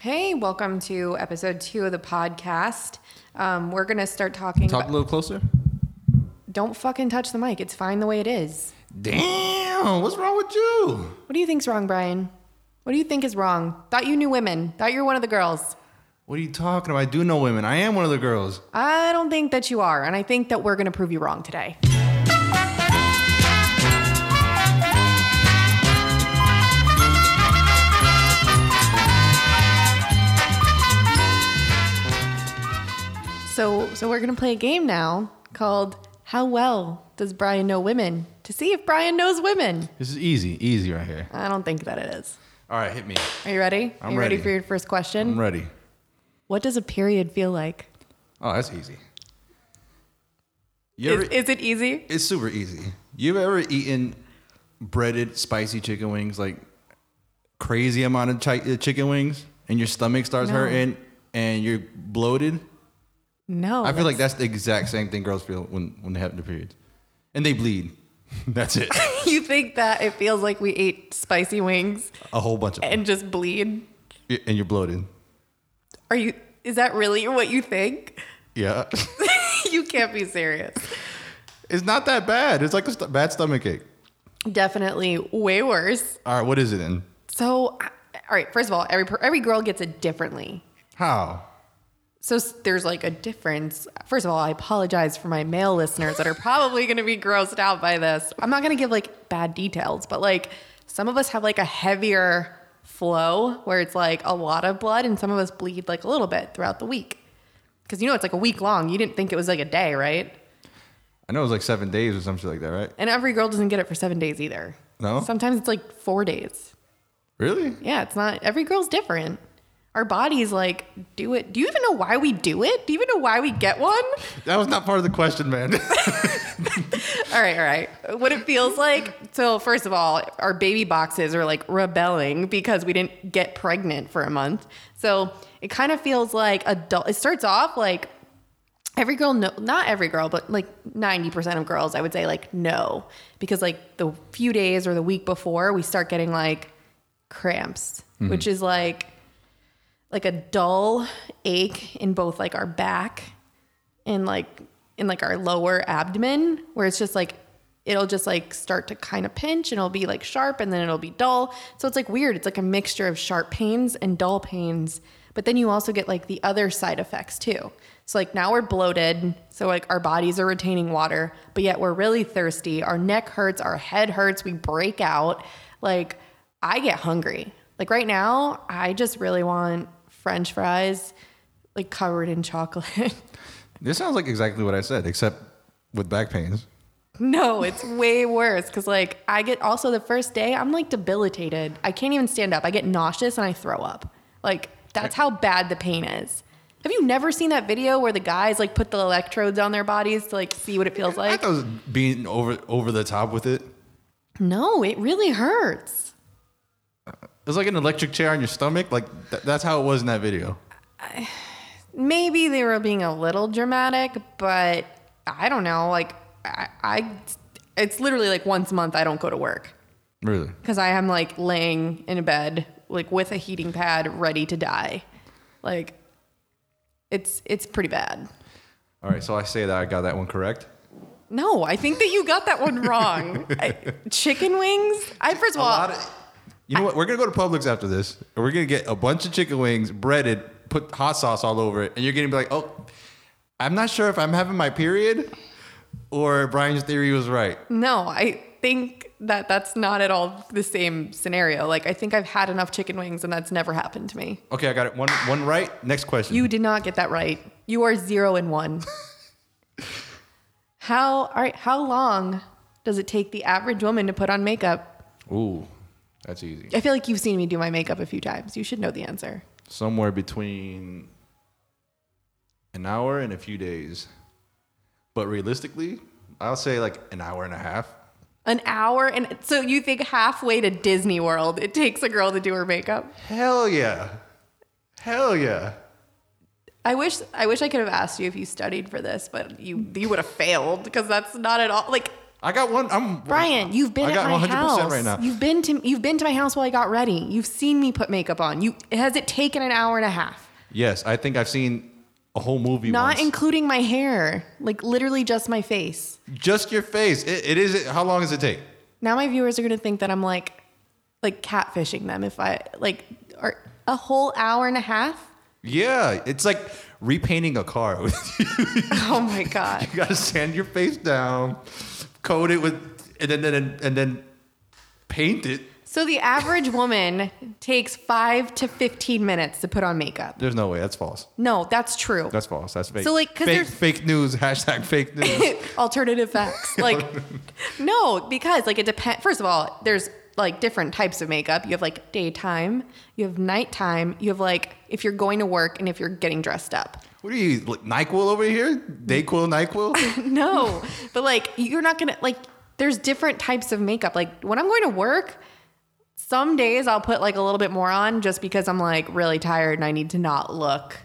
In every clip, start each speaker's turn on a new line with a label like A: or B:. A: Hey, welcome to episode two of the podcast. Um, we're gonna start talking.
B: Talk a
A: about-
B: little closer.
A: Don't fucking touch the mic. It's fine the way it is.
B: Damn, what's wrong with you?
A: What do you think's wrong, Brian? What do you think is wrong? Thought you knew women. Thought you were one of the girls.
B: What are you talking about? I do know women. I am one of the girls.
A: I don't think that you are, and I think that we're gonna prove you wrong today. So, so we're gonna play a game now called "How Well Does Brian Know Women?" to see if Brian knows women.
B: This is easy, easy right here.
A: I don't think that it is.
B: All right, hit me.
A: Are you ready?
B: I'm
A: Are you ready.
B: ready.
A: for your first question?
B: I'm ready.
A: What does a period feel like?
B: Oh, that's easy. You
A: Is,
B: ever,
A: is it easy?
B: it's super easy. You've ever eaten breaded spicy chicken wings, like crazy amount of chi- uh, chicken wings, and your stomach starts
A: No.
B: hurting and you're bloated?
A: No.
B: I feel like that's the exact same thing girls feel when, when they have their periods. And they bleed. that's it.
A: you think that it feels like we ate spicy wings
B: A whole bunch of
A: and just bleed?
B: And you're bloated.
A: Are you is that really what you think?
B: Yeah.
A: you can't be serious.
B: it's not that bad. It's like a st- bad stomach ache.
A: Definitely way worse.
B: All right, what is it then?
A: So I- all right, first of all, every per- every girl gets it differently.
B: How?
A: So s- there's like a difference. First of all, I apologize for my male listeners that are probably going to be grossed out by this. I'm not going to give like bad details, but like some of us have like a heavier flow where it's like a lot of blood and some of us bleed like a little bit throughout the week. Cuz you know it's like a week long. You didn't think it was like a day, right?
B: I know it was like seven days or some shit like that, right?
A: And every girl doesn't get it for 7 days either.
B: No?
A: Sometimes it's like 4 days.
B: Really?
A: Yeah, it's not every girl's different. Our bodies like do it. Do you even know why we do it? Do you even know why we get one?
B: That was not part of the question, man.
A: All right, all right. What it feels like. So, first of all, our baby boxes are like rebelling because we didn't get pregnant for a month. So, it kind of feels like adult. It starts off like every girl, no, not every girl, but like 90% of girls, I would say, like, no. Because, like, the few days or the week before, we start getting like cramps, which is like, like a dull ache in both like our back in like in like our lower abdomen where it's just like it'll just like start to kind of pinch and it'll be like sharp and then it'll be dull so it's like weird it's like a mixture of sharp pains and dull pains but then you also get like the other side effects too so like now we're bloated so like our bodies are retaining water but yet we're really thirsty our neck hurts our head hurts we break out like i get hungry like right now i just really want french fries like covered in chocolate
B: this sounds like exactly what I said, except with back pains.
A: No, it's way worse because like I get also the first day I'm like debilitated. I can't even stand up. I get nauseous and I throw up. Like that's how bad the pain is. Have you never seen that video where the guys like put the electrodes on their bodies to like see what it feels
B: I
A: like?
B: thought it was being over over the top with it. It
A: No, it really hurts.
B: was like an electric chair on your stomach. Like th- that's how it was in that video.
A: Maybe they were being a little dramatic, but I don't know. Like I, I it's literally like once a month I don't go to work.
B: Really?
A: because I am like laying in a bed, like with a heating pad, ready to die. Like, it's it's pretty bad.
B: All right, so I say that I got that one correct.
A: No, I think that you got that one wrong. I, chicken wings. I first of
B: A
A: all,
B: lot of- you know what? We're gonna go to Publix after this. and We're gonna get a bunch of chicken wings, breaded, put hot sauce all over it, and you're gonna be like, "Oh, I'm not sure if I'm having my period, or Brian's theory was right."
A: no, I think that that's not at all the same scenario. Like, I think I've had enough chicken wings, and that's never happened to me.
B: Okay, I got it. One, one right. Next question.
A: You did not get that right. You are zero and one. how all right? How long does it take the average woman to put on makeup?
B: Ooh, that's easy.
A: I feel like you've seen me do my makeup a few times. You should know the answer.
B: Somewhere between an hour and a few days, but realistically, I'll say like an hour and a half.
A: An hour and so you think halfway to Disney World it takes a girl to do her makeup.
B: Hell yeah, hell yeah.
A: I wish I wish I could have asked you if you studied for this, but you you would have failed because that's not at all like
B: I got one. I'm
A: Brian, you've been
B: I got
A: at my
B: 100%
A: house.
B: right now.
A: You've been to you've been to my house while I got ready. You've seen me put makeup on. You has it taken an hour and a half?
B: Yes, I think I've seen a whole movie.
A: Not
B: once.
A: including my hair, like literally just my face.
B: just your face. It, it is. How long does it take?
A: Now my viewers are gonna think that I'm like, like catfishing them if I like, or a whole hour and a half.
B: Yeah, it's like repainting a car. you
A: Oh my god.
B: gotta sand your face down, coat it with, and then then and then paint it.
A: So the average woman takes five to fifteen minutes to put on makeup.
B: There's no way. That's false.
A: No, that's true.
B: That's false. That's fake.
A: So, like, 'cause
B: fake,
A: there's-
B: fake news hashtag fake news.
A: alternative facts. Like, no, because like it depends. First of all, there's like different types of makeup. You have like daytime, you have nighttime, you have like if you're going to work and if you're getting dressed up.
B: what are you like, Nyquil over here? Dayquil, Nyquil.
A: No, but like you're not gonna like. There's different types of makeup. Like when I'm going to work, some days I'll put like a little bit more on just because I'm like really tired and I need to not look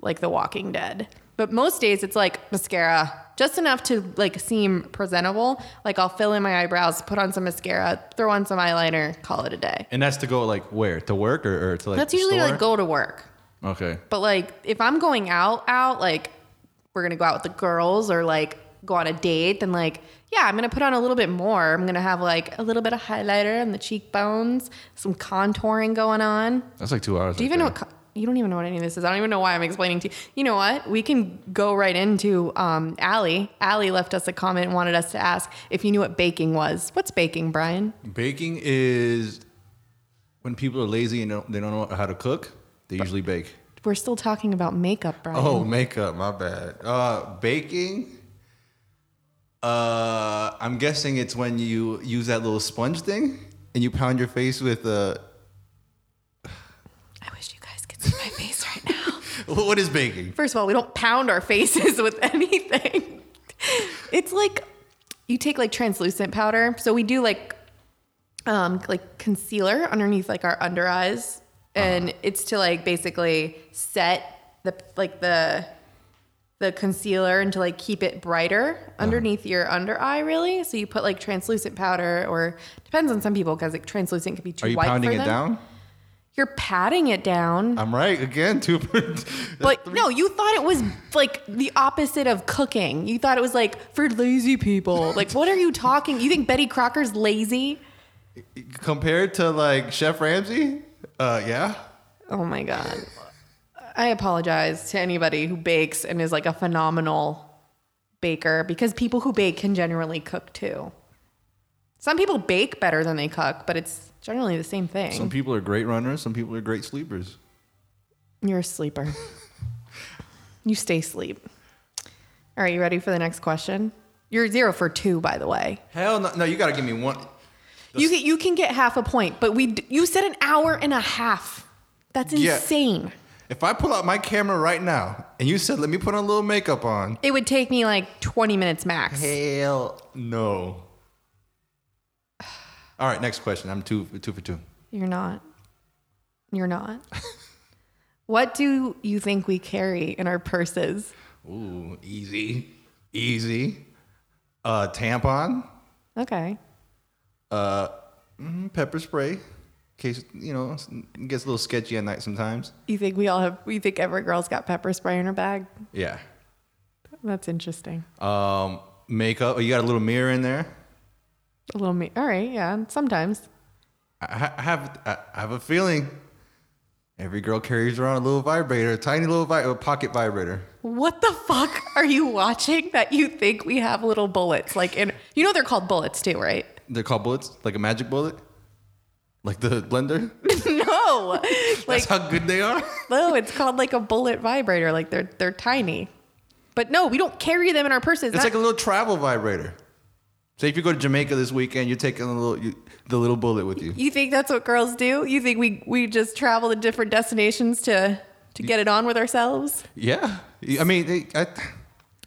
A: like The Walking Dead. But most days it's like mascara, just enough to like seem presentable. Like I'll fill in my eyebrows, put on some mascara, throw on some eyeliner, call it a day.
B: and that's to go like where to work or, or to like.
A: That's
B: the
A: usually
B: store?
A: like go to work.
B: Okay.
A: But like if I'm going out, out like we're gonna go out with the girls or like go on a date, then like yeah, I'm gonna put on a little bit more. I'm gonna have like a little bit of highlighter on the cheekbones, some contouring going on.
B: That's like two hours.
A: Do you even know what co- you don't even know what any of this is. I don't even know why I'm explaining to you. You know what? We can go right into um, Allie. Allie left us a comment and wanted us to ask if you knew what baking was. What's baking, Brian?
B: Baking is when people are lazy and don't, they don't know how to cook. They usually bake.
A: We're still talking about makeup, Brian.
B: Oh, makeup. My bad. Uh, baking. Uh, I'm guessing it's when you use that little sponge thing and you pound your face with uh,
A: I wish you guys could see my face right now.
B: what is baking?
A: First of all, we don't pound our faces with anything. It's like you take like translucent powder. So we do like um like concealer underneath like our under eyes
B: Uh-huh.
A: and it's to like basically set the like the the concealer and to like keep it brighter
B: Uh-huh.
A: underneath your under eye really. So you put like translucent powder or depends on some people because like translucent can be too
B: Are you
A: white
B: pounding
A: for
B: it
A: them.
B: down?
A: You're patting it down.
B: I'm right again. Two. per-
A: But no, you thought it was like the opposite of cooking. You thought it was like for lazy people. Like, what are you talking? You think Betty Crocker's lazy?
B: compared to like Chef Ramsay. Uh, yeah.
A: Oh my God. I apologize to anybody who bakes and is like a phenomenal baker because people who bake can generally cook too. Some people bake better than they cook, but it's generally the same thing.
B: Some people are great runners. Some people are great sleepers.
A: You're a sleeper. you stay sleep. All right, you ready for the next question? You're zero for two, by the way.
B: Hell no! No, you gotta give me one.
A: You get, you can get half a point, but we d- you said an hour and a half. That's
B: Yeah.
A: insane.
B: If I pull out my camera right now and you said, let me put on a little makeup on,
A: It would take me like 20 minutes max.
B: hell no. All right, next question. I'm two, two for two.
A: You're not. You're not. what do you think we carry in our purses?
B: Ooh, easy, easy. Uh, tampon,
A: Okay.
B: uh, mm, pepper spray, in case, you know, it gets a little sketchy at night sometimes.
A: You think we all have you think every girl's got pepper spray in her bag?
B: Yeah.
A: That's interesting.
B: Um, makeup. You got a little mirror in there.
A: A little me. All right, yeah, sometimes.
B: I, ha- I have I I have a feeling every girl carries around a little vibrator, a tiny little vi- a pocket vibrator.
A: What the fuck are you watching that you think we have little bullets like in You know they're called bullets too, right?
B: They're called bullets, like a magic bullet, like the blender.
A: no. Like
B: That's how good they are.
A: No, it's called like a bullet vibrator. Like they're they're tiny. But no, we don't carry them in our purses.
B: It's
A: That-
B: like a little travel vibrator. Say if you go to Jamaica this weekend, you're taking a little you, the little bullet with you.
A: you think that's what girls do? You think we we just travel to different destinations to to get it on with ourselves?
B: Yeah, I mean, it- I,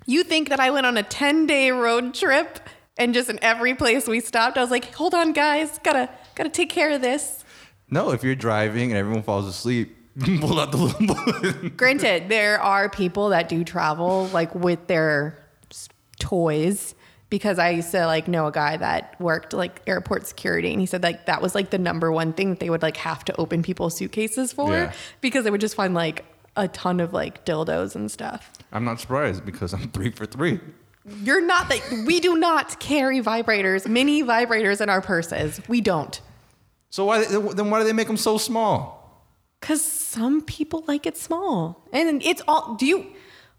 A: You think that I went on a 10-day road trip and just in every place we stopped, I was like, "Hold on, guys. Got to got to take care of this."
B: no. If you're driving and everyone falls asleep, pull out the little bullet.
A: Granted, there are people that do travel like with their s- toys because I used to like know a guy that worked like airport security and he said like that was like the number one thing that they would like have to open people's suitcases for
B: Yeah.
A: because they would just find like a ton of like dildos and stuff.
B: I'm not surprised because I'm three for three.
A: You're not that we do not carry vibrators, mini vibrators in our purses. We don't.
B: So why then? Why do they make them so small?
A: Cause some people like it small. And it's all do you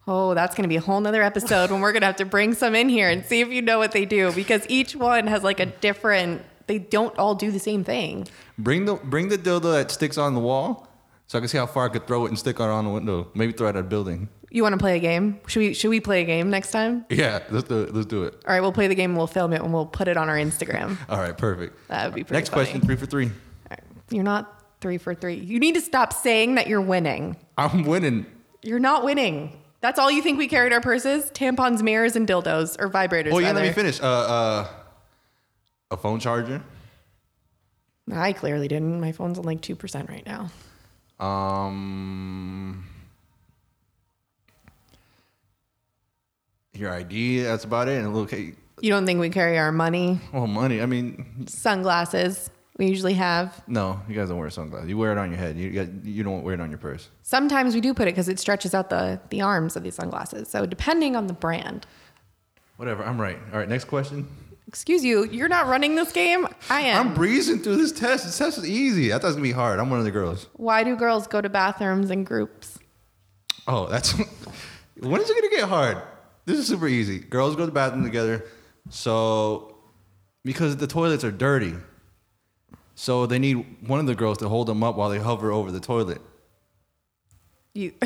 A: Oh, that's gonna be a whole nother episode when we're gonna have to bring some in here and see if you know what they do because each one has like a different they don't all do the same thing.
B: Bring the bring the dildo that sticks on the wall, so I can see how far I could throw it and stick it on the window. Maybe throw it at a building.
A: You wanna play a game? Should we should we play a game next time?
B: Yeah, let's do it. Let's do it.
A: All right, we'll play the game and we'll film it and we'll put it on our Instagram.
B: All right, perfect.
A: That would be pretty
B: Next question,
A: funny.
B: three for three.
A: All right. You're not three for three. You need to stop saying that you're winning.
B: I'm winning.
A: You're not winning. That's all you think we carried our purses? Tampons, mirrors, and dildos or vibrators.
B: Oh yeah, let me
A: rather.
B: finish. Uh, uh, a phone charger.
A: I clearly didn't. My phone's on like 2% right now.
B: Um, your ID. That's about it. And a little cake.
A: You don't think we carry our money?
B: Oh, money. I mean,
A: Sunglasses, we usually have.
B: no, you guys don't wear sunglasses. You wear it on your head. You got, you don't wear it on your purse.
A: Sometimes we do put it because it stretches out the, the arms of these sunglasses. So, depending on the brand.
B: Whatever. I'm right. All right. Next question.
A: Excuse you, you're not running this game? I am.
B: I'm breezing through this test. This test is easy. I thought it was gonna be hard. I'm one of the girls.
A: Why do girls go to bathrooms in groups?
B: Oh, that's when is it gonna get hard? This is super easy. Girls go to the bathroom together, so because the toilets are dirty, so they need one of the girls to hold them up while they hover over the toilet.
A: You.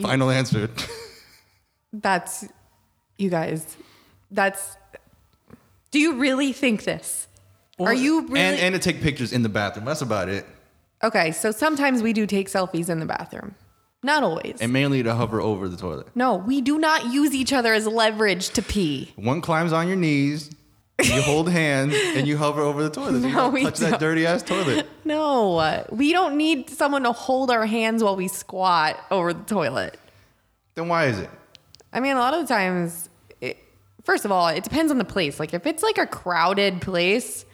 B: Final answer.
A: That's you guys. That's Do you really think this? Are you really
B: and and to take pictures in the bathroom. That's about it.
A: Okay, so sometimes we do take selfies in the bathroom. Not always.
B: And mainly to hover over the toilet.
A: no, we do not use each other as leverage to pee.
B: One climbs on your knees, you hold hands, and you hover over the toilet. You
A: No,
B: don't
A: we
B: touch that
A: don't.
B: dirty ass toilet.
A: No, we don't need someone to hold our hands while we squat over the toilet.
B: Then why is it?
A: I mean, a lot of the times, it, first of all, it depends on the place. Like if it's like a crowded place,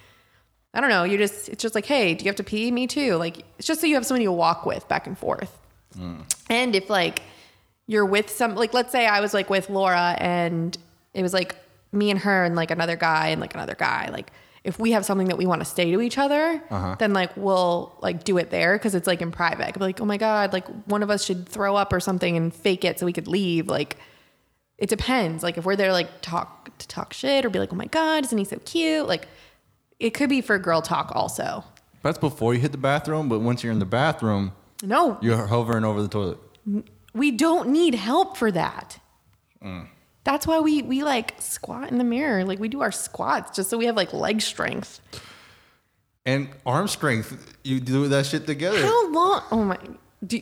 A: I don't know. You just it's just like, hey, do you have to pee? Me too. Like it's just so you have somebody to walk with back and forth. And if like you're with some, like let's say I was like with Laura and it was like me and her and like another guy and like another guy, like. If we have something that we want to say to each other, then like we'll like do it there because it's like in private. I could be like, oh my god, like one of us should throw up or something and fake it so we could leave. Like it depends. Like if we're there like talk to talk shit or be like, oh my god, isn't he so cute? Like it could be for girl talk also.
B: That's before you hit the bathroom, but once you're in the bathroom,
A: No,
B: you're hovering over the toilet.
A: we don't need help for that.
B: Mm.
A: That's why we we like squat in the mirror. Like we do our squats just so we have like leg strength.
B: And arm strength, you do that shit together.
A: How long? Oh my. Do,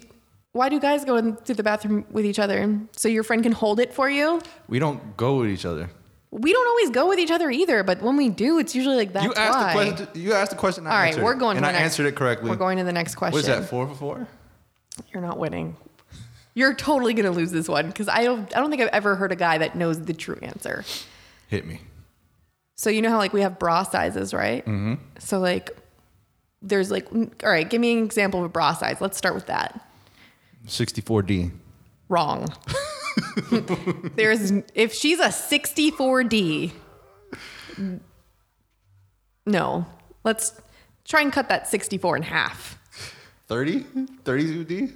A: why do guys go into the bathroom with each other so your friend can hold it for you?
B: We don't go with each other.
A: We don't always go with each other either, but when we do, it's usually like that's
B: you asked
A: why.
B: the question. You asked the question. I
A: All right,
B: answered
A: we're
B: it,
A: going.
B: And
A: to
B: I
A: the next-
B: answered it correctly.
A: We're going to the next question.
B: What is that? Four for four.
A: You're not winning. You're totally gonna lose this one because I don't. I don't think I've ever heard a guy that knows the true answer.
B: Hit me.
A: So you know how like we have bra sizes, right? Mm-hmm. So like, there's like, all right, give me an example of a bra size. Let's start with that.
B: Sixty-four D.
A: Wrong. there's if she's a 64D. No, let's try and cut that 64 in half.
B: 30? 32 D.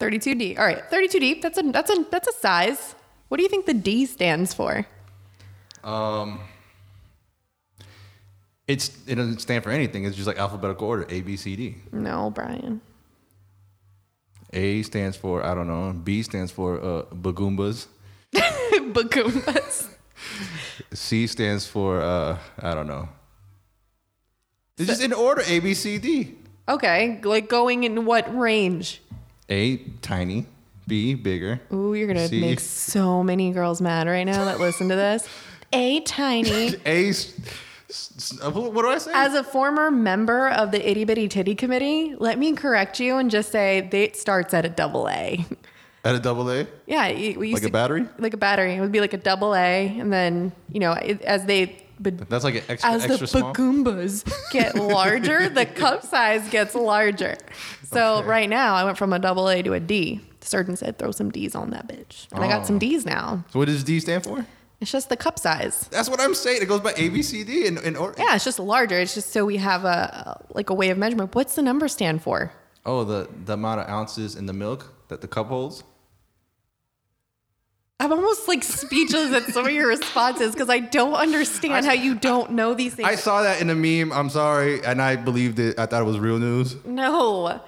A: 32D. All right, 32D. That's a that's a that's a size. What do you think the D stands for?
B: It's it doesn't stand for anything. It's just like alphabetical order. A B C D.
A: No, Brian.
B: A stands for I don't know. B stands for uh, bagoombas.
A: Bagoombas.
B: C stands for uh, I don't know. It's just in order A B C D.
A: Okay, like going in what range?
B: A tiny, B bigger.
A: Ooh, you're gonna
B: C.
A: make so many girls mad right now that listen to this. A tiny.
B: A. s- s- s- What do I say?
A: As a former member of the itty bitty titty committee, let me correct you and just say they, it starts at a double A.
B: At a double A?
A: Yeah, you, we used
B: Like a
A: to-
B: battery?
A: Like a battery. It would be like a double A, and then you know, it, as they but
B: That's like an extra,
A: as the
B: extra small.
A: bagoombas get larger, the cup size gets larger. So
B: Okay.
A: right now, I went from a double A to a D. The surgeon said throw some D's on that bitch, and I got some
B: Oh.
A: D's now.
B: So what does D stand for?
A: It's just the cup size.
B: That's what I'm saying. It goes by A, B, C, D, and, and or.
A: Yeah, it's just larger. It's just so we have a like a way of measurement. What's the number stand for?
B: Oh, the, the amount of ounces in the milk that the cup holds?
A: I'm almost like speechless at some of your responses because I don't understand how you don't know these things.
B: I saw that in a meme. I'm sorry. And I believed it. I thought it was real news.
A: No.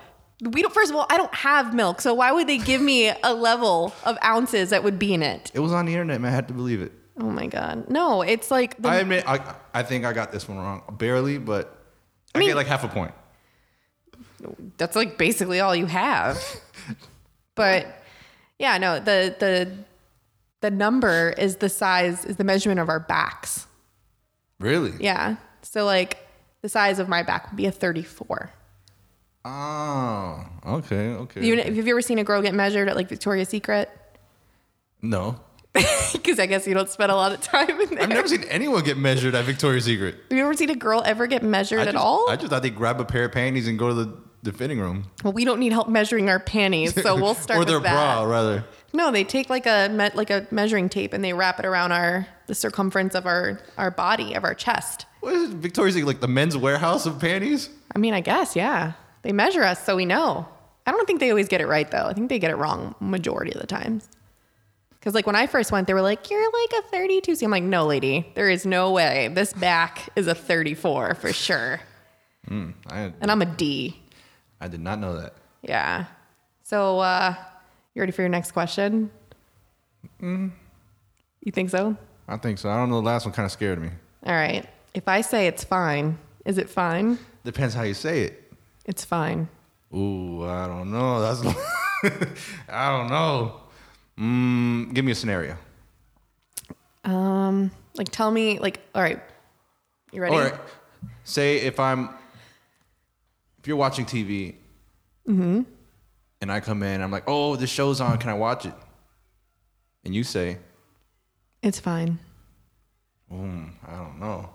A: We don't first of all, I don't have milk, so why would they give me a level of ounces that would be in it?
B: It was on the internet, man. I had to believe it.
A: Oh my god. No, it's like the,
B: I admit, I, I think I got this one wrong. Barely, but
A: I
B: I,
A: mean-
B: get like half a point.
A: that's like basically all you have. but yeah, no, the the the number is the size is the measurement of our backs.
B: Really?
A: Yeah. So like the size of my back would be a 34.
B: Oh, okay, okay.
A: You, have you ever seen a girl get measured at like Victoria's Secret?
B: no.
A: Because I guess you don't spend a lot of time in there.
B: I've never seen anyone get measured at Victoria's Secret.
A: have you ever seen a girl ever get measured
B: I
A: at
B: just,
A: all?
B: I just thought they grab a pair of panties and go to the, the fitting room.
A: Well, we don't need help measuring our panties, so we'll start
B: or
A: with
B: their
A: that.
B: bra, rather.
A: No, they take like a me- like a measuring tape and they wrap it around our the circumference of our our body of our chest.
B: What is Victoria's Secret, like the men's warehouse of panties?
A: I mean, I guess yeah, they measure us so we know. I don't think they always get it right though. I think they get it wrong majority of the times. Because like when I first went, they were like, "You're like a 32." So I'm like, "No, lady, there is no way. This back is a 34 for sure."
B: I,
A: And I'm a D.
B: I did not know that.
A: Yeah. So, uh, you ready for your next question? You think so?
B: I think so. I don't know. The last one kind of scared me.
A: All right. If I say it's fine, is it fine?
B: Depends how you say it.
A: It's fine.
B: Ooh, I don't know. That's I don't know. Mm, give me a scenario.
A: Um, like tell me, like, all right, you ready?
B: All right. Say if I'm if you're watching TV
A: Mm-hmm.
B: and I come in, I'm like, oh, the show's on, can I watch it? And you say,
A: It's fine.
B: mm, I don't know.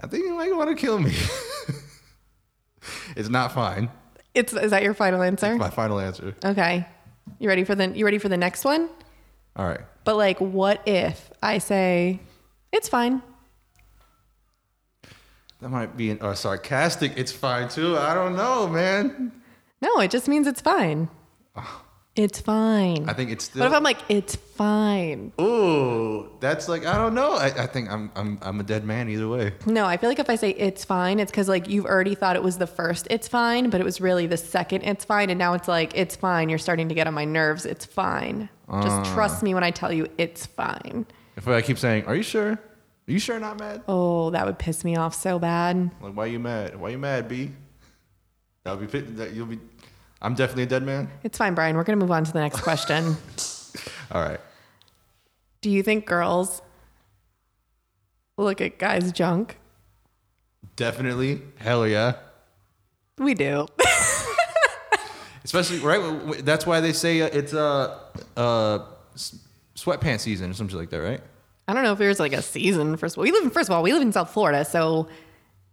B: I think you might want to kill me. it's not fine.
A: It's is that your final answer?
B: My final answer.
A: Okay. You ready for the you ready for the next one?
B: All right.
A: But like, what if I say it's fine?
B: That might be an, or sarcastic. It's fine too. I don't know, man.
A: No, it just means it's fine. It's fine.
B: I think it's
A: What if
B: still.
A: I'm like, it's fine?
B: Ooh, that's like I don't know. I, I think I'm I'm I'm a dead man either way.
A: No, I feel like if I say it's fine, it's because like you've already thought it was the first it's fine, but it was really the second it's fine. And now it's like, it's fine. You're starting to get on my nerves. It's fine. Just trust me when I tell you it's fine.
B: If I keep saying, "Are you sure? Are you sure not mad?
A: Oh, that would piss me off so bad.
B: Like, why you mad? Why you mad, B? That'll be fit- that you'll be. I'm definitely a dead man.
A: It's fine, Brian. We're going to move on to the next question.
B: All right.
A: Do you think girls look at guys' junk?
B: Definitely. Hell yeah.
A: We do.
B: Especially right. w- w- That's why they say uh, it's uh uh s- sweatpants season or something like that, right?
A: I don't know if there's like a season first of all. We live in first of all, we live in South Florida, so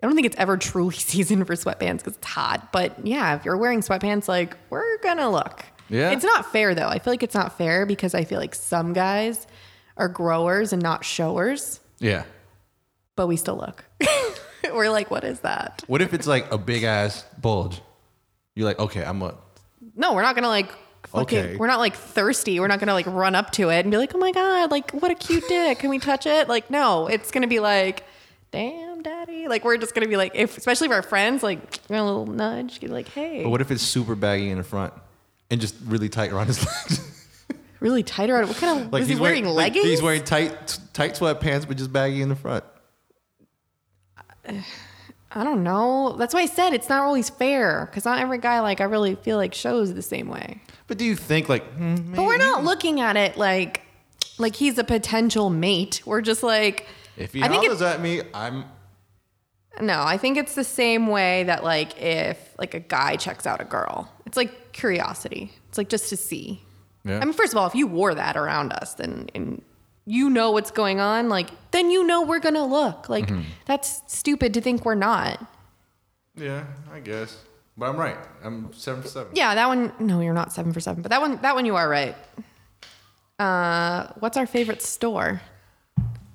A: I don't think it's ever truly season for sweatpants because it's hot. But yeah, if you're wearing sweatpants, like we're gonna look.
B: Yeah.
A: It's not fair though. I feel like it's not fair because I feel like some guys are growers and not showers,
B: Yeah.
A: but we still look. we're like, what is that?
B: What if it's like a big ass bulge? You're like, okay, I'm a.
A: No, we're not gonna like fucking
B: Okay.
A: we're not like thirsty. We're not gonna like run up to it and be like, oh my god, like what a cute dick. Can we touch it? Like, no, it's gonna be like, damn daddy. Like we're just gonna be like if especially if our friends, like a little nudge, be like, hey.
B: But what if it's super baggy in the front and just really tight around his legs?
A: really tight around it. What kind of is he wearing,
B: like,
A: leggings?
B: he's wearing tight tight sweatpants, but just baggy in the front.
A: I don't know. That's why I said it's not always fair. Cause not every guy like I really feel like shows the same way.
B: But do you think like? hmm,
A: But we're not looking at it like like he's a potential mate. We're just like
B: If he
A: I think it-
B: hollers at me, I'm
A: No, I think it's the same way that like if like a guy checks out a girl, it's like curiosity. It's like just to see.
B: Yeah.
A: I mean, first of all, if you wore that around us, then and you know what's going on, like then you know we're gonna look. Like that's stupid to think we're not.
B: Yeah, I guess. But I'm right. I'm seven for seven.
A: Yeah, that one. No, you're not seven for seven, but that one, that one, you are right. Uh, what's our favorite store?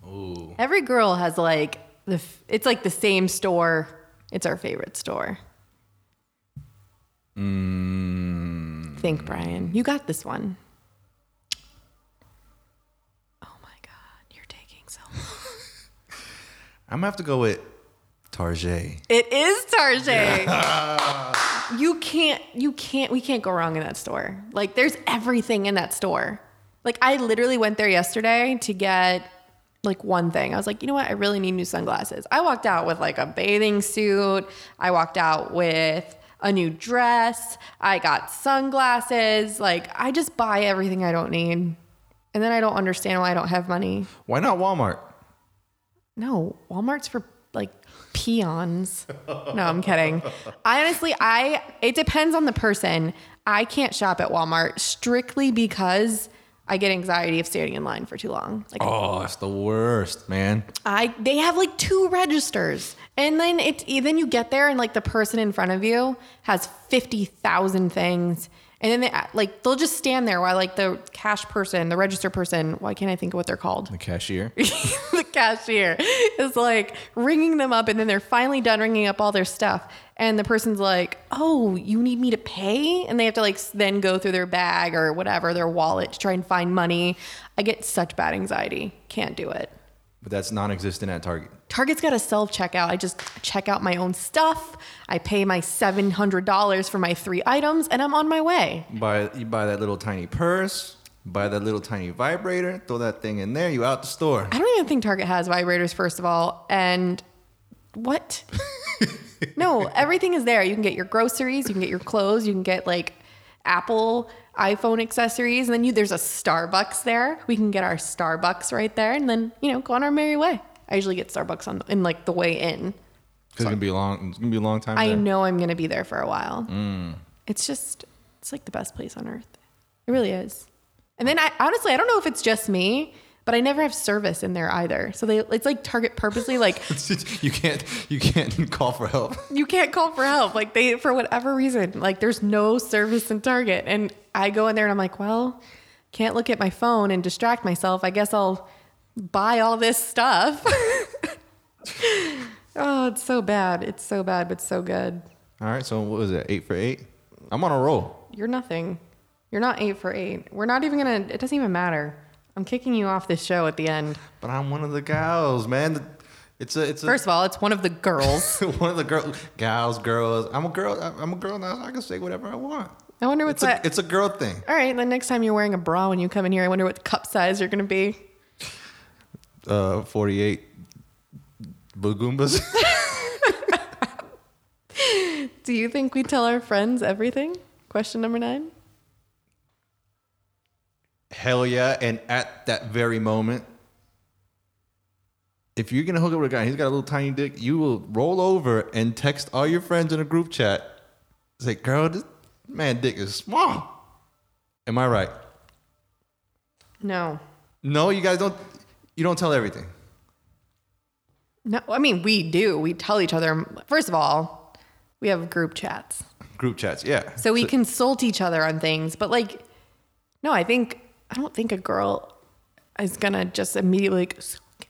B: Ooh.
A: Every girl has like the. f- It's like the same store. It's our favorite store. Think, Brian. You got this one. Oh my God, you're taking so. Long.
B: I'm gonna have to go with Tarjay.
A: It is Tarjay. You can't. You can't. We can't go wrong in that store. Like, there's everything in that store. Like, I literally went there yesterday to get like one thing. I was like, you know what? I really need new sunglasses. I walked out with like a bathing suit. I walked out with a new dress. I got sunglasses. Like, I just buy everything I don't need. And then I don't understand why I don't have money.
B: Why not Walmart?
A: No, Walmart's for like peons. No, I'm kidding. I honestly, I it depends on the person. I can't shop at Walmart strictly because I get anxiety of standing in line for too long. Like
B: Oh, that's the worst, man.
A: I they have like two registers. And then it then you get there and like the person in front of you has 50,000 things. And then they like they'll just stand there while like the cash person, the register person, why can't I think of what they're called?
B: The cashier.
A: the cashier is like ringing them up and then they're finally done ringing up all their stuff and the person's like oh you need me to pay and they have to like s- then go through their bag or whatever their wallet to try and find money i get such bad anxiety can't do it
B: but that's non-existent at Target.
A: target's got a self-checkout i just check out my own stuff i pay my $700 for my three items and i'm on my way
B: Buy you buy that little tiny purse, buy that little tiny vibrator, throw that thing in there, you out the store.
A: I don't even think Target has vibrators, first of all. And what? no, everything is there. You can get your groceries, you can get your clothes, you can get like Apple iPhone accessories, and then you there's a Starbucks there. We can get our Starbucks right there, and then you know go on our merry way. I usually get Starbucks on in like the way in.
B: It's gonna be a long. It's gonna be a long time.
A: I
B: there.
A: know I'm gonna be there for a while. It's just it's like the best place on earth. It really is. And then I honestly I don't know if it's just me, but I never have service in there either. So they it's like Target purposely like
B: you can't. You can't call for help.
A: you can't call for help. Like they for whatever reason, like there's no service in Target. And I go in there and I'm like, well, can't look at my phone and distract myself. I guess I'll buy all this stuff. oh, it's so bad. It's so bad, but so good.
B: All right. So what was it? Eight for eight. I'm on a roll.
A: You're nothing. You're not eight for eight. We're not even gonna. It doesn't even matter. I'm kicking you off this show at the end.
B: But I'm one of the gals, man. It's a. It's a.
A: First of all, it's one of the girls.
B: one of the girl gals, girls. I'm a girl. I'm a girl now. So I can say whatever I want.
A: I wonder what's
B: It's a,
A: that.
B: it's a girl thing.
A: all right, the next time you're wearing a bra when you come in here, I wonder what cup size you're gonna be.
B: Uh, 48 boogumbas.
A: Do you think we tell our friends everything? Question number nine.
B: Hell yeah! And at that very moment, if you're gonna hook up with a guy, he's got a little tiny dick. You will roll over and text all your friends in a group chat. Say, girl, this man dick is small. Am I right?
A: No.
B: No, you guys don't. You don't tell everything.
A: No. I mean, we do. We tell each other. First of all, we have group chats.
B: Group chats, yeah.
A: So we consult each other on things, but like, no, I think I don't think a girl is gonna just immediately like,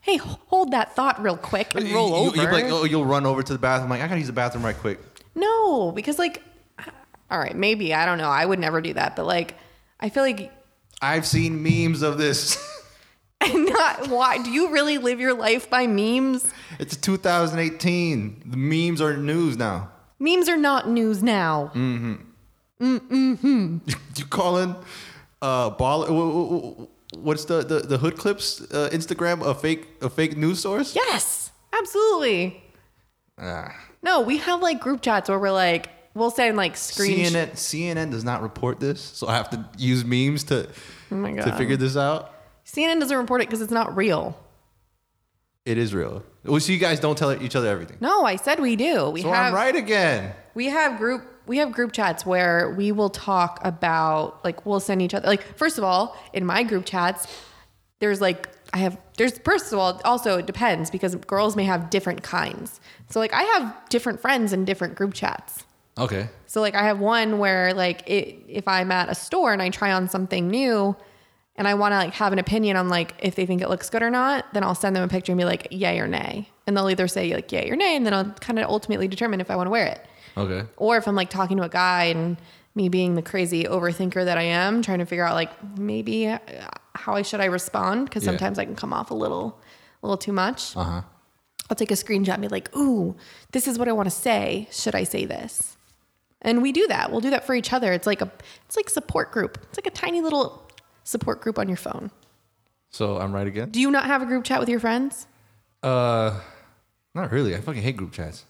A: hey, hold that thought real quick and roll
B: you,
A: over.
B: You're like, oh, you'll run over to the bathroom. Like, I gotta use the bathroom right quick.
A: No, because like, all right, maybe I don't know. I would never do that, but like, I feel like
B: I've seen memes of this.
A: not why. Do you really live your life by memes?
B: it's 2018. The memes are news now.
A: Memes are not news now.
B: Mm. You calling uh ball? wh- wh- wh- What's the the, the hood clips uh, Instagram a fake a fake news source?
A: Yes, absolutely.
B: Ah.
A: No, we have like group chats where we're like, we'll send like screen.
B: CNN CNN does not report this, so I have to use memes to
A: oh my god.
B: to figure this out.
A: CNN doesn't report it because it's not real.
B: It is real. Well, so you guys don't tell each other everything.
A: No, I said we do. We
B: So
A: have
B: I'm right again.
A: we have group we have group chats where we will talk about like we'll send each other like first of all in my group chats there's like I have there's first of all also it depends because girls may have different kinds. So like I have different friends in different group chats.
B: Okay.
A: So like I have one where like it, if I'm at a store and I try on something new and I want to like have an opinion on like if they think it looks good or not, then I'll send them a picture and be like yay or nay. And they'll either say like yay or nay and then I'll kind of ultimately determine if I want to wear it.
B: Okay.
A: Or if I'm like talking to a guy and me being the crazy overthinker that I am, trying to figure out like maybe uh, how I should I respond because
B: Yeah.
A: sometimes I can come off a little, a little too much.
B: Uh huh.
A: I'll take a screenshot and be like, "Ooh, this is what I want to say. Should I say this?" And we do that. We'll do that for each other. It's like a, it's like support group. It's like a tiny little support group on your phone.
B: So I'm right again.
A: Do you not have a group chat with your friends?
B: Uh, not really. I fucking hate group chats.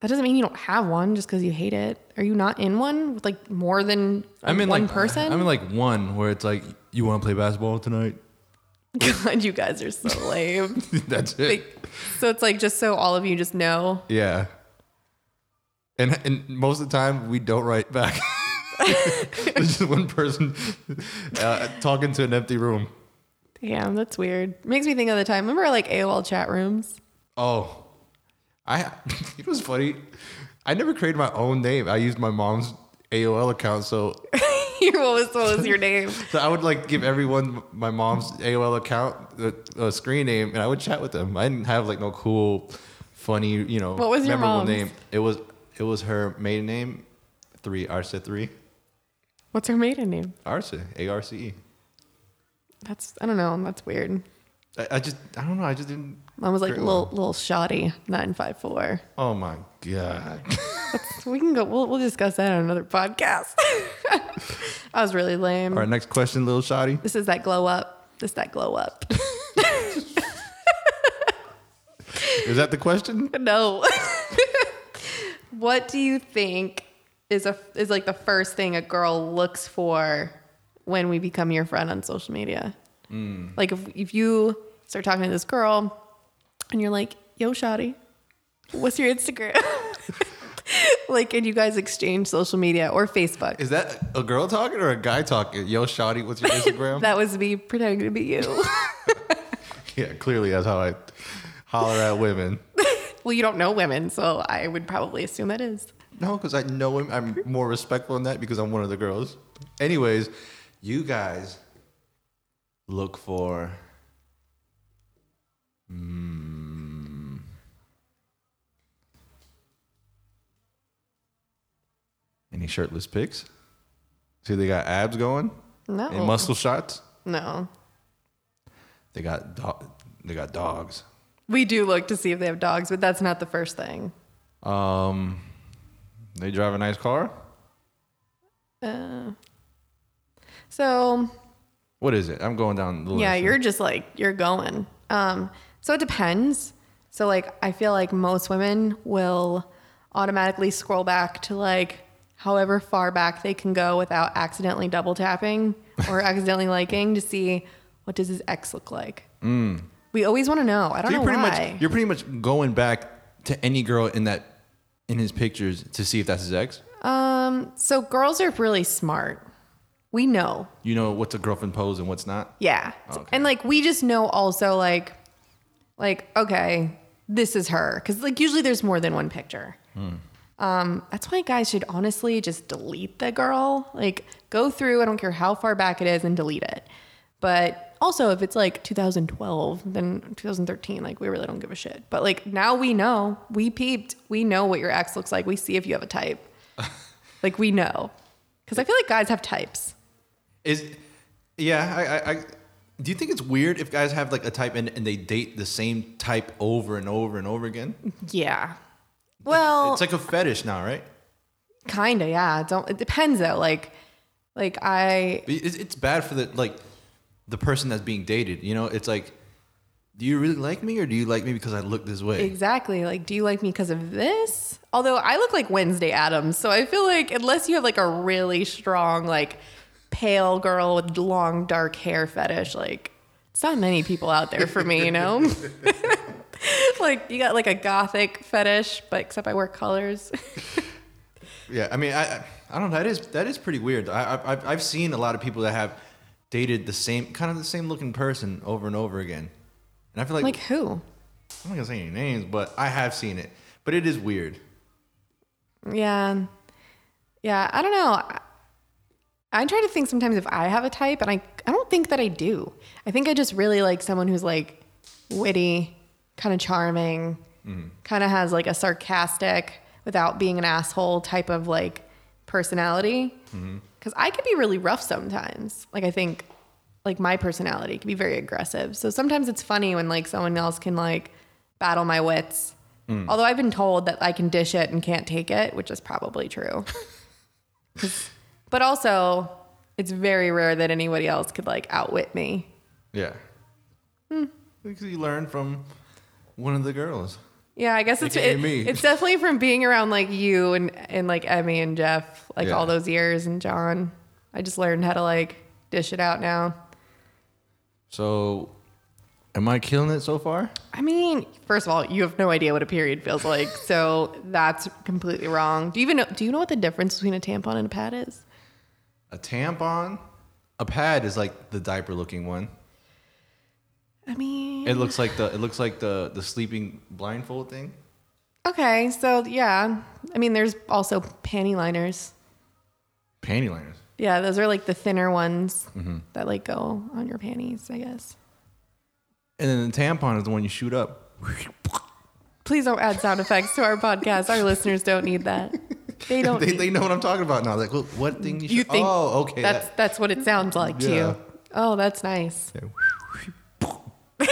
A: That doesn't mean you don't have one just because you hate it. Are you not in one with like more than
B: I mean,
A: one
B: like
A: person?
B: I mean, like one where it's like, you want to play basketball tonight?
A: God, you guys are so lame.
B: That's it.
A: Like, so it's like just so all of you just know.
B: yeah. And and most of the time we don't write back. There's just one person uh, talking to an empty room.
A: Damn, that's weird. Makes me think of the time. Remember like AOL chat rooms?
B: Oh, I. It was funny. I never created my own name. I used my mom's AOL account, so
A: what was what was your name?
B: So I would like give everyone my mom's AOL account, the uh, screen name, and I would chat with them. I didn't have like no cool, funny, you know,
A: What was your
B: memorable
A: mom's?
B: name. It was it was her maiden name, three Arce three
A: What's her maiden name?
B: Arce A R C E.
A: That's I don't know. That's weird.
B: I, I just I don't know. I just didn't.
A: Mine was like
B: Great
A: little little shoddy nine five four.
B: Oh my god.
A: So we can go. We'll we'll discuss that on another podcast. I was really lame.
B: All right, next question, little shoddy.
A: This is that glow up. This that glow up.
B: Is that the question?
A: No. what do you think is a is like the first thing a girl looks for when we become your friend on social media? Like if if you start talking to this girl and you're like, "Yo, shawty, what's your Instagram?" like, and you guys exchange social media or Facebook.
B: Is that a girl talking or a guy talking? Yo, shotty, what's your Instagram?
A: that was me pretending to be you.
B: yeah, clearly that's how I holler at women.
A: well, you don't know women, so I would probably assume that is.
B: No, because I know him. I'm more respectful in that because I'm one of the girls. Anyways, you guys look for. Mm. any shirtless pics? See, they got abs going.
A: No.
B: Any muscle shots?
A: No.
B: They got do- they got dogs.
A: We do look to see if they have dogs, but that's not the first thing.
B: Um, they drive a nice car.
A: Uh, so
B: What is it? I'm going down. The list.
A: yeah, you're just like you're going. Um, so it depends. So like I feel like most women will automatically scroll back to like however far back they can go without accidentally double tapping or accidentally liking to see what does his ex look like. We always want to know. I don't
B: Mm.
A: know
B: So you're pretty
A: why.
B: much you're pretty much going back to any girl in that in his pictures to see if that's his ex.
A: um, so girls are really smart. We know
B: You know what's a girlfriend pose and what's not.
A: Yeah.
B: Okay.
A: And like we just know also like like okay, this is her cuz like usually there's more than one picture. Um that's why guys should honestly just delete the girl. Like go through, I don't care how far back it is and delete it. But also if it's like 2012, then 2013, like we really don't give a shit. But like now we know, we peeped, we know what your ex looks like. We see if you have a type. like we know. Cuz I feel like guys have types.
B: Is yeah, I, I, I do you think it's weird if guys have like a type and, and they date the same type over and over and over again?
A: Yeah. Well,
B: It's like a fetish now, right?
A: Kind of, yeah. It Don't it depends though. Like, like I
B: It's, it's bad for the like the person that's being dated. You know, it's like, do you really like me or do you like me because I look this way?
A: exactly like. Do you like me because of this? Although I look like Wednesday Adams, so I feel like unless you have like a really strong like pale girl with long dark hair fetish, like it's not many people out there for me, you know. like you got like a gothic fetish, but except I wear colors.
B: Yeah, I mean, I I- I don't know. That is that is pretty weird. I, I I've- I've seen a lot of people that have dated the same kind of the same looking person over and over again, and I feel like,
A: Like who?
B: I'm not gonna say any names, but I have seen it. But it is weird.
A: Yeah. Yeah, I don't know. I- I try to think sometimes if I have a type and I I don't think that I do. I think I just really like someone who's like witty, kind of charming, kind of has like a sarcastic without being an asshole type of like personality. Cuz I could be really rough sometimes. Like I think like my personality can be very aggressive. So sometimes it's funny when like someone else can like battle my wits.
B: Hmm.
A: Although I've been told that I can dish it and can't take it, which is probably true. 'Cause- but also, it's very rare that anybody else could like outwit me.
B: Yeah. Hmm. Because you learn from one of the girls.
A: Yeah, I guess it's
B: AKA
A: it-
B: me.
A: it's definitely from being around like you and and like Emmy and Jeff like
B: Yeah.
A: all those years and John. I just learned how to like dish it out now.
B: So, am I killing it so far?
A: I mean, first of all, you have no idea what a period feels like, so that's completely wrong. Do you even know, do you know what the difference between a tampon and a pad is?
B: A tampon, a pad is like the diaper looking one.
A: I mean,
B: It looks like the it looks like the the sleeping blindfold thing.
A: okay, so yeah, I mean, there's also panty liners.
B: Panty liners.
A: Yeah, those are like the thinner ones
B: Mm-hmm.
A: that like go on your panties, I guess.
B: And then the tampon is the one you shoot up.
A: Please don't add sound effects to our podcast. Our listeners don't need that. They don't.
B: they,
A: need-
B: they know what I'm talking about now. Like, what, what thing you,
A: you
B: shoot?
A: think?
B: Oh, okay.
A: That's
B: that-
A: that's what it sounds like to
B: Yeah.
A: you. Oh, that's nice.
B: Yeah.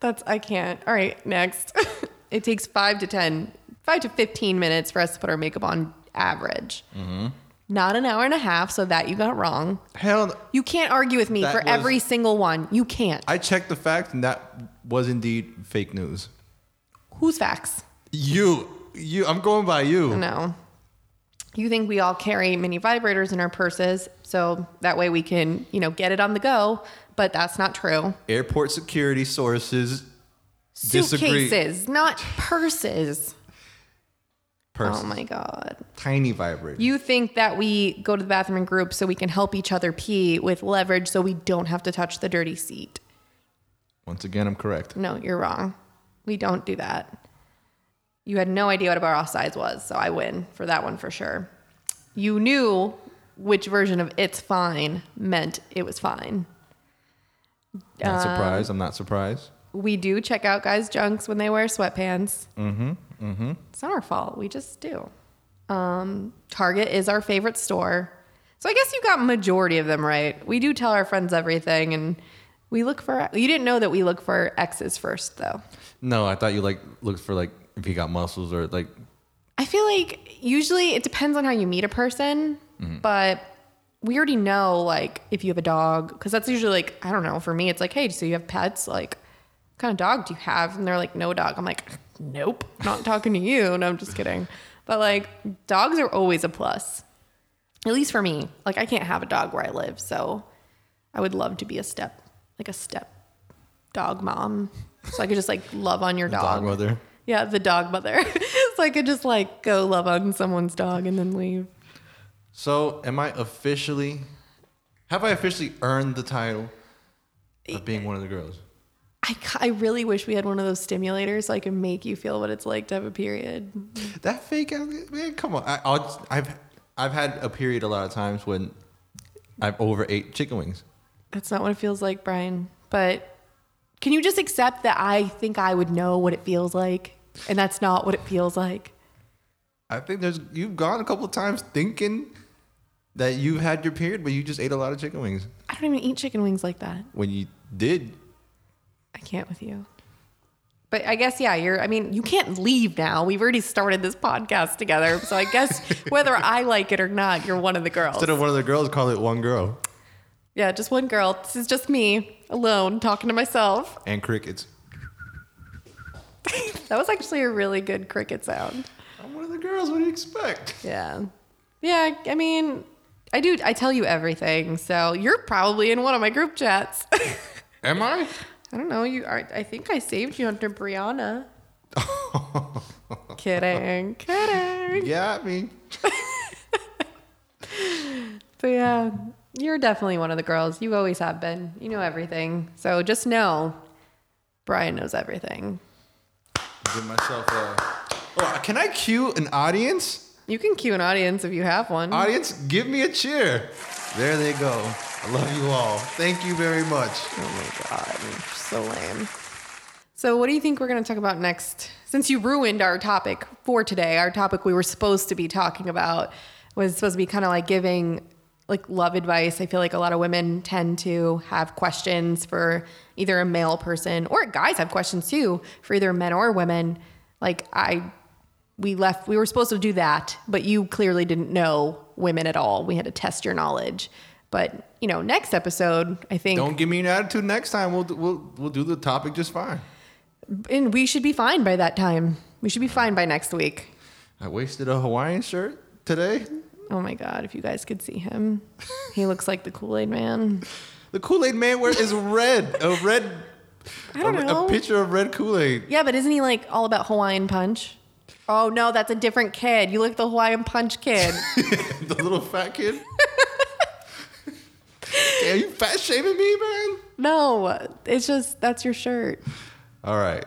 A: That's I can't. All right, next. it takes five to ten, five to fifteen minutes for us to put our makeup on average.
B: Mm-hmm.
A: Not an hour and a half, so that you got wrong.
B: Hell, no.
A: You can't argue with me
B: That
A: for
B: was-
A: every single one. You can't.
B: I checked the fact, and that was indeed fake news.
A: Whose facts?
B: You, you, I'm going by you.
A: No. You think we all carry mini vibrators in our purses, so that way we can, you know, get it on the go, but that's not true.
B: Airport security sources disagree.
A: Suitcases, not purses.
B: Person.
A: Oh my god.
B: Tiny vibrator.
A: You think that we go to the bathroom in groups so we can help each other pee with leverage so we don't have to touch the dirty seat.
B: Once again, I'm correct.
A: No, you're wrong. We don't do that. You had no idea what a bar size was, so I win for that one for sure. You knew which version of it's fine meant it was fine. Um,
B: Not surprised. I'm not surprised.
A: We do check out guys' junks when they wear sweatpants. Mm-hmm. Mm-hmm. It's not our fault. We just do. Um, Target is our favorite store. So I guess you got majority of them right. We do tell our friends everything and we look for you didn't know that we look for X's first though.
B: No, I thought you like looked for like if he got muscles or like.
A: I feel like usually it depends on how you meet a person, but we already know like if you have a dog because that's usually like I don't know. For me, it's like, hey, so you have pets? Like, what kind of dog do you have? And they're like, no dog. I'm like, nope, not talking to you. No, I'm just kidding. But like, dogs are always a plus, at least for me. Like, I can't have a dog where I live, so I would love to be a step, like a step dog mom, so I could just like love on your
B: Dog mother.
A: yeah, the dog mother. so I could just like go love on someone's dog and then leave.
B: So, am I officially? Have I officially earned the title of being one of the girls?
A: I, ca- I really wish we had one of those stimulators so I could make you feel what it's like to have a period.
B: That fake ass man. Come on. I, I'll, I've I've had a period a lot of times when I've overate chicken wings.
A: That's not what it feels like, Brian. But can you just accept that I think I would know what it feels like and that's not what it feels like?
B: I think there's you've gone a couple of times thinking that you've had your period, but you just ate a lot of chicken wings.
A: I don't even eat chicken wings like that.
B: When you did,
A: I can't with you. But I guess, yeah, you're, I mean, you can't leave now. We've already started this podcast together. So I guess whether I like it or not, you're one of the girls.
B: instead of one of the girls, call it one girl
A: Yeah, just one girl. This is just me alone talking to myself.
B: and crickets.
A: That was actually a really good cricket sound.
B: I'm one of the girls. What do you expect?
A: Yeah. Yeah, I mean, I do I tell you everything. So you're probably in one of my group chats. I
B: Am I?
A: don't know, you are I think I saved you under Brianna. Kidding. Kidding. word.
B: Yeah, I mean,
A: But yeah, you're definitely one of the girls. You always have been. You know everything. So just know Brian knows everything.
B: give myself a. Oh, can I cue an audience?
A: You can cue an audience if you have one.
B: Audience, give me a cheer. There they go. I love you all. Thank you very much.
A: oh my God. you're So lame. So, what do you think we're going to talk about next? Since you ruined our topic for today, our topic we were supposed to be talking about was supposed to be kind of like giving like love advice. I feel like a lot of women tend to have questions for either a male person or guys have questions too for either men or women. Like I we left we were supposed to do that, but you clearly didn't know women at all. We had to test your knowledge. But, you know, next episode, I think
B: Don't give me an attitude next time. We'll we'll we'll do the topic just fine.
A: And we should be fine by that time. We should be fine by next week.
B: I wasted a Hawaiian shirt today.
A: Oh my God, if you guys could see him, he looks like the Kool Aid Man.
B: The Kool Aid Man wear is red. A red.
A: I don't
B: a, a
A: know.
B: picture of red Kool Aid.
A: Yeah, but isn't he like all about Hawaiian Punch? Oh no, that's a different kid. You look at the Hawaiian Punch kid.
B: The little fat kid. Are you fat shaming me, man?
A: no, it's just that's your shirt.
B: All right.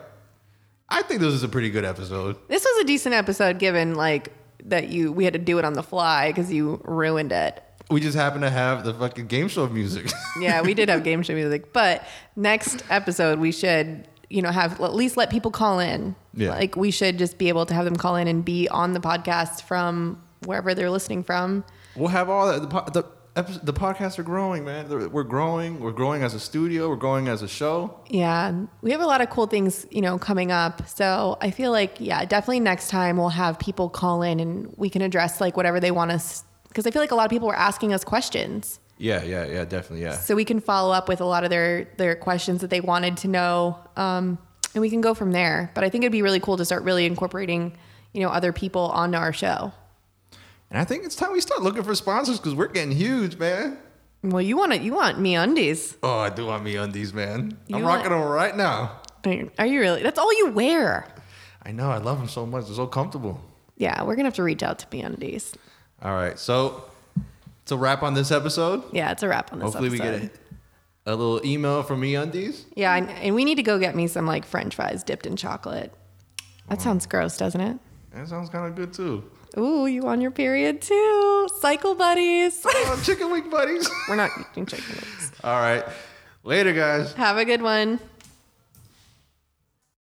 B: I think this is a pretty good episode.
A: This was a decent episode given like that you we had to do it on the fly because you ruined it.
B: We just happen to have the fucking game show music.
A: yeah, we did have game show music, but next episode we should, you know, have at least let people call in.
B: Yeah.
A: Like we should just be able to have them call in and be on the podcast from wherever they're listening from.
B: We'll have all that. The, po- the, epi- the podcasts are growing, man. They're- We're growing. We're growing as a studio. We're growing as a show.
A: Yeah, we have a lot of cool things, you know, coming up. So I feel like, yeah, definitely next time we'll have people call in and we can address like whatever they want us. Because I feel like a lot of people were asking us questions.
B: Yeah, yeah, yeah, definitely, yeah.
A: So we can follow up with a lot of their their questions that they wanted to know, um, and we can go from there. But I think it'd be really cool to start really incorporating, you know, other people onto our show.
B: And I think it's time we start looking for sponsors because we're getting huge, man.
A: Well, you want to you want me undies?
B: Oh, I do want me undies, man. I'm
A: You
B: rocking
A: want-
B: them right now.
A: Are you really? That's all you wear.
B: I know. I love them so much. They're so comfortable.
A: Yeah, we're gonna have to reach out to me undies.
B: All right. So, to wrap on this episode,
A: Yeah, it's a wrap on this.
B: hopefully we
A: episode.
B: get a, a little email from me undies.
A: Yeah, and, and we need to go get me some like French fries dipped in chocolate. That sounds gross, doesn't it?
B: That sounds kind of good too.
A: Ooh, you on your period too? Cycle buddies.
B: Oh, chicken wing buddies.
A: we're not eating chicken. wings.
B: All right. Later, guys.
A: Have a good one.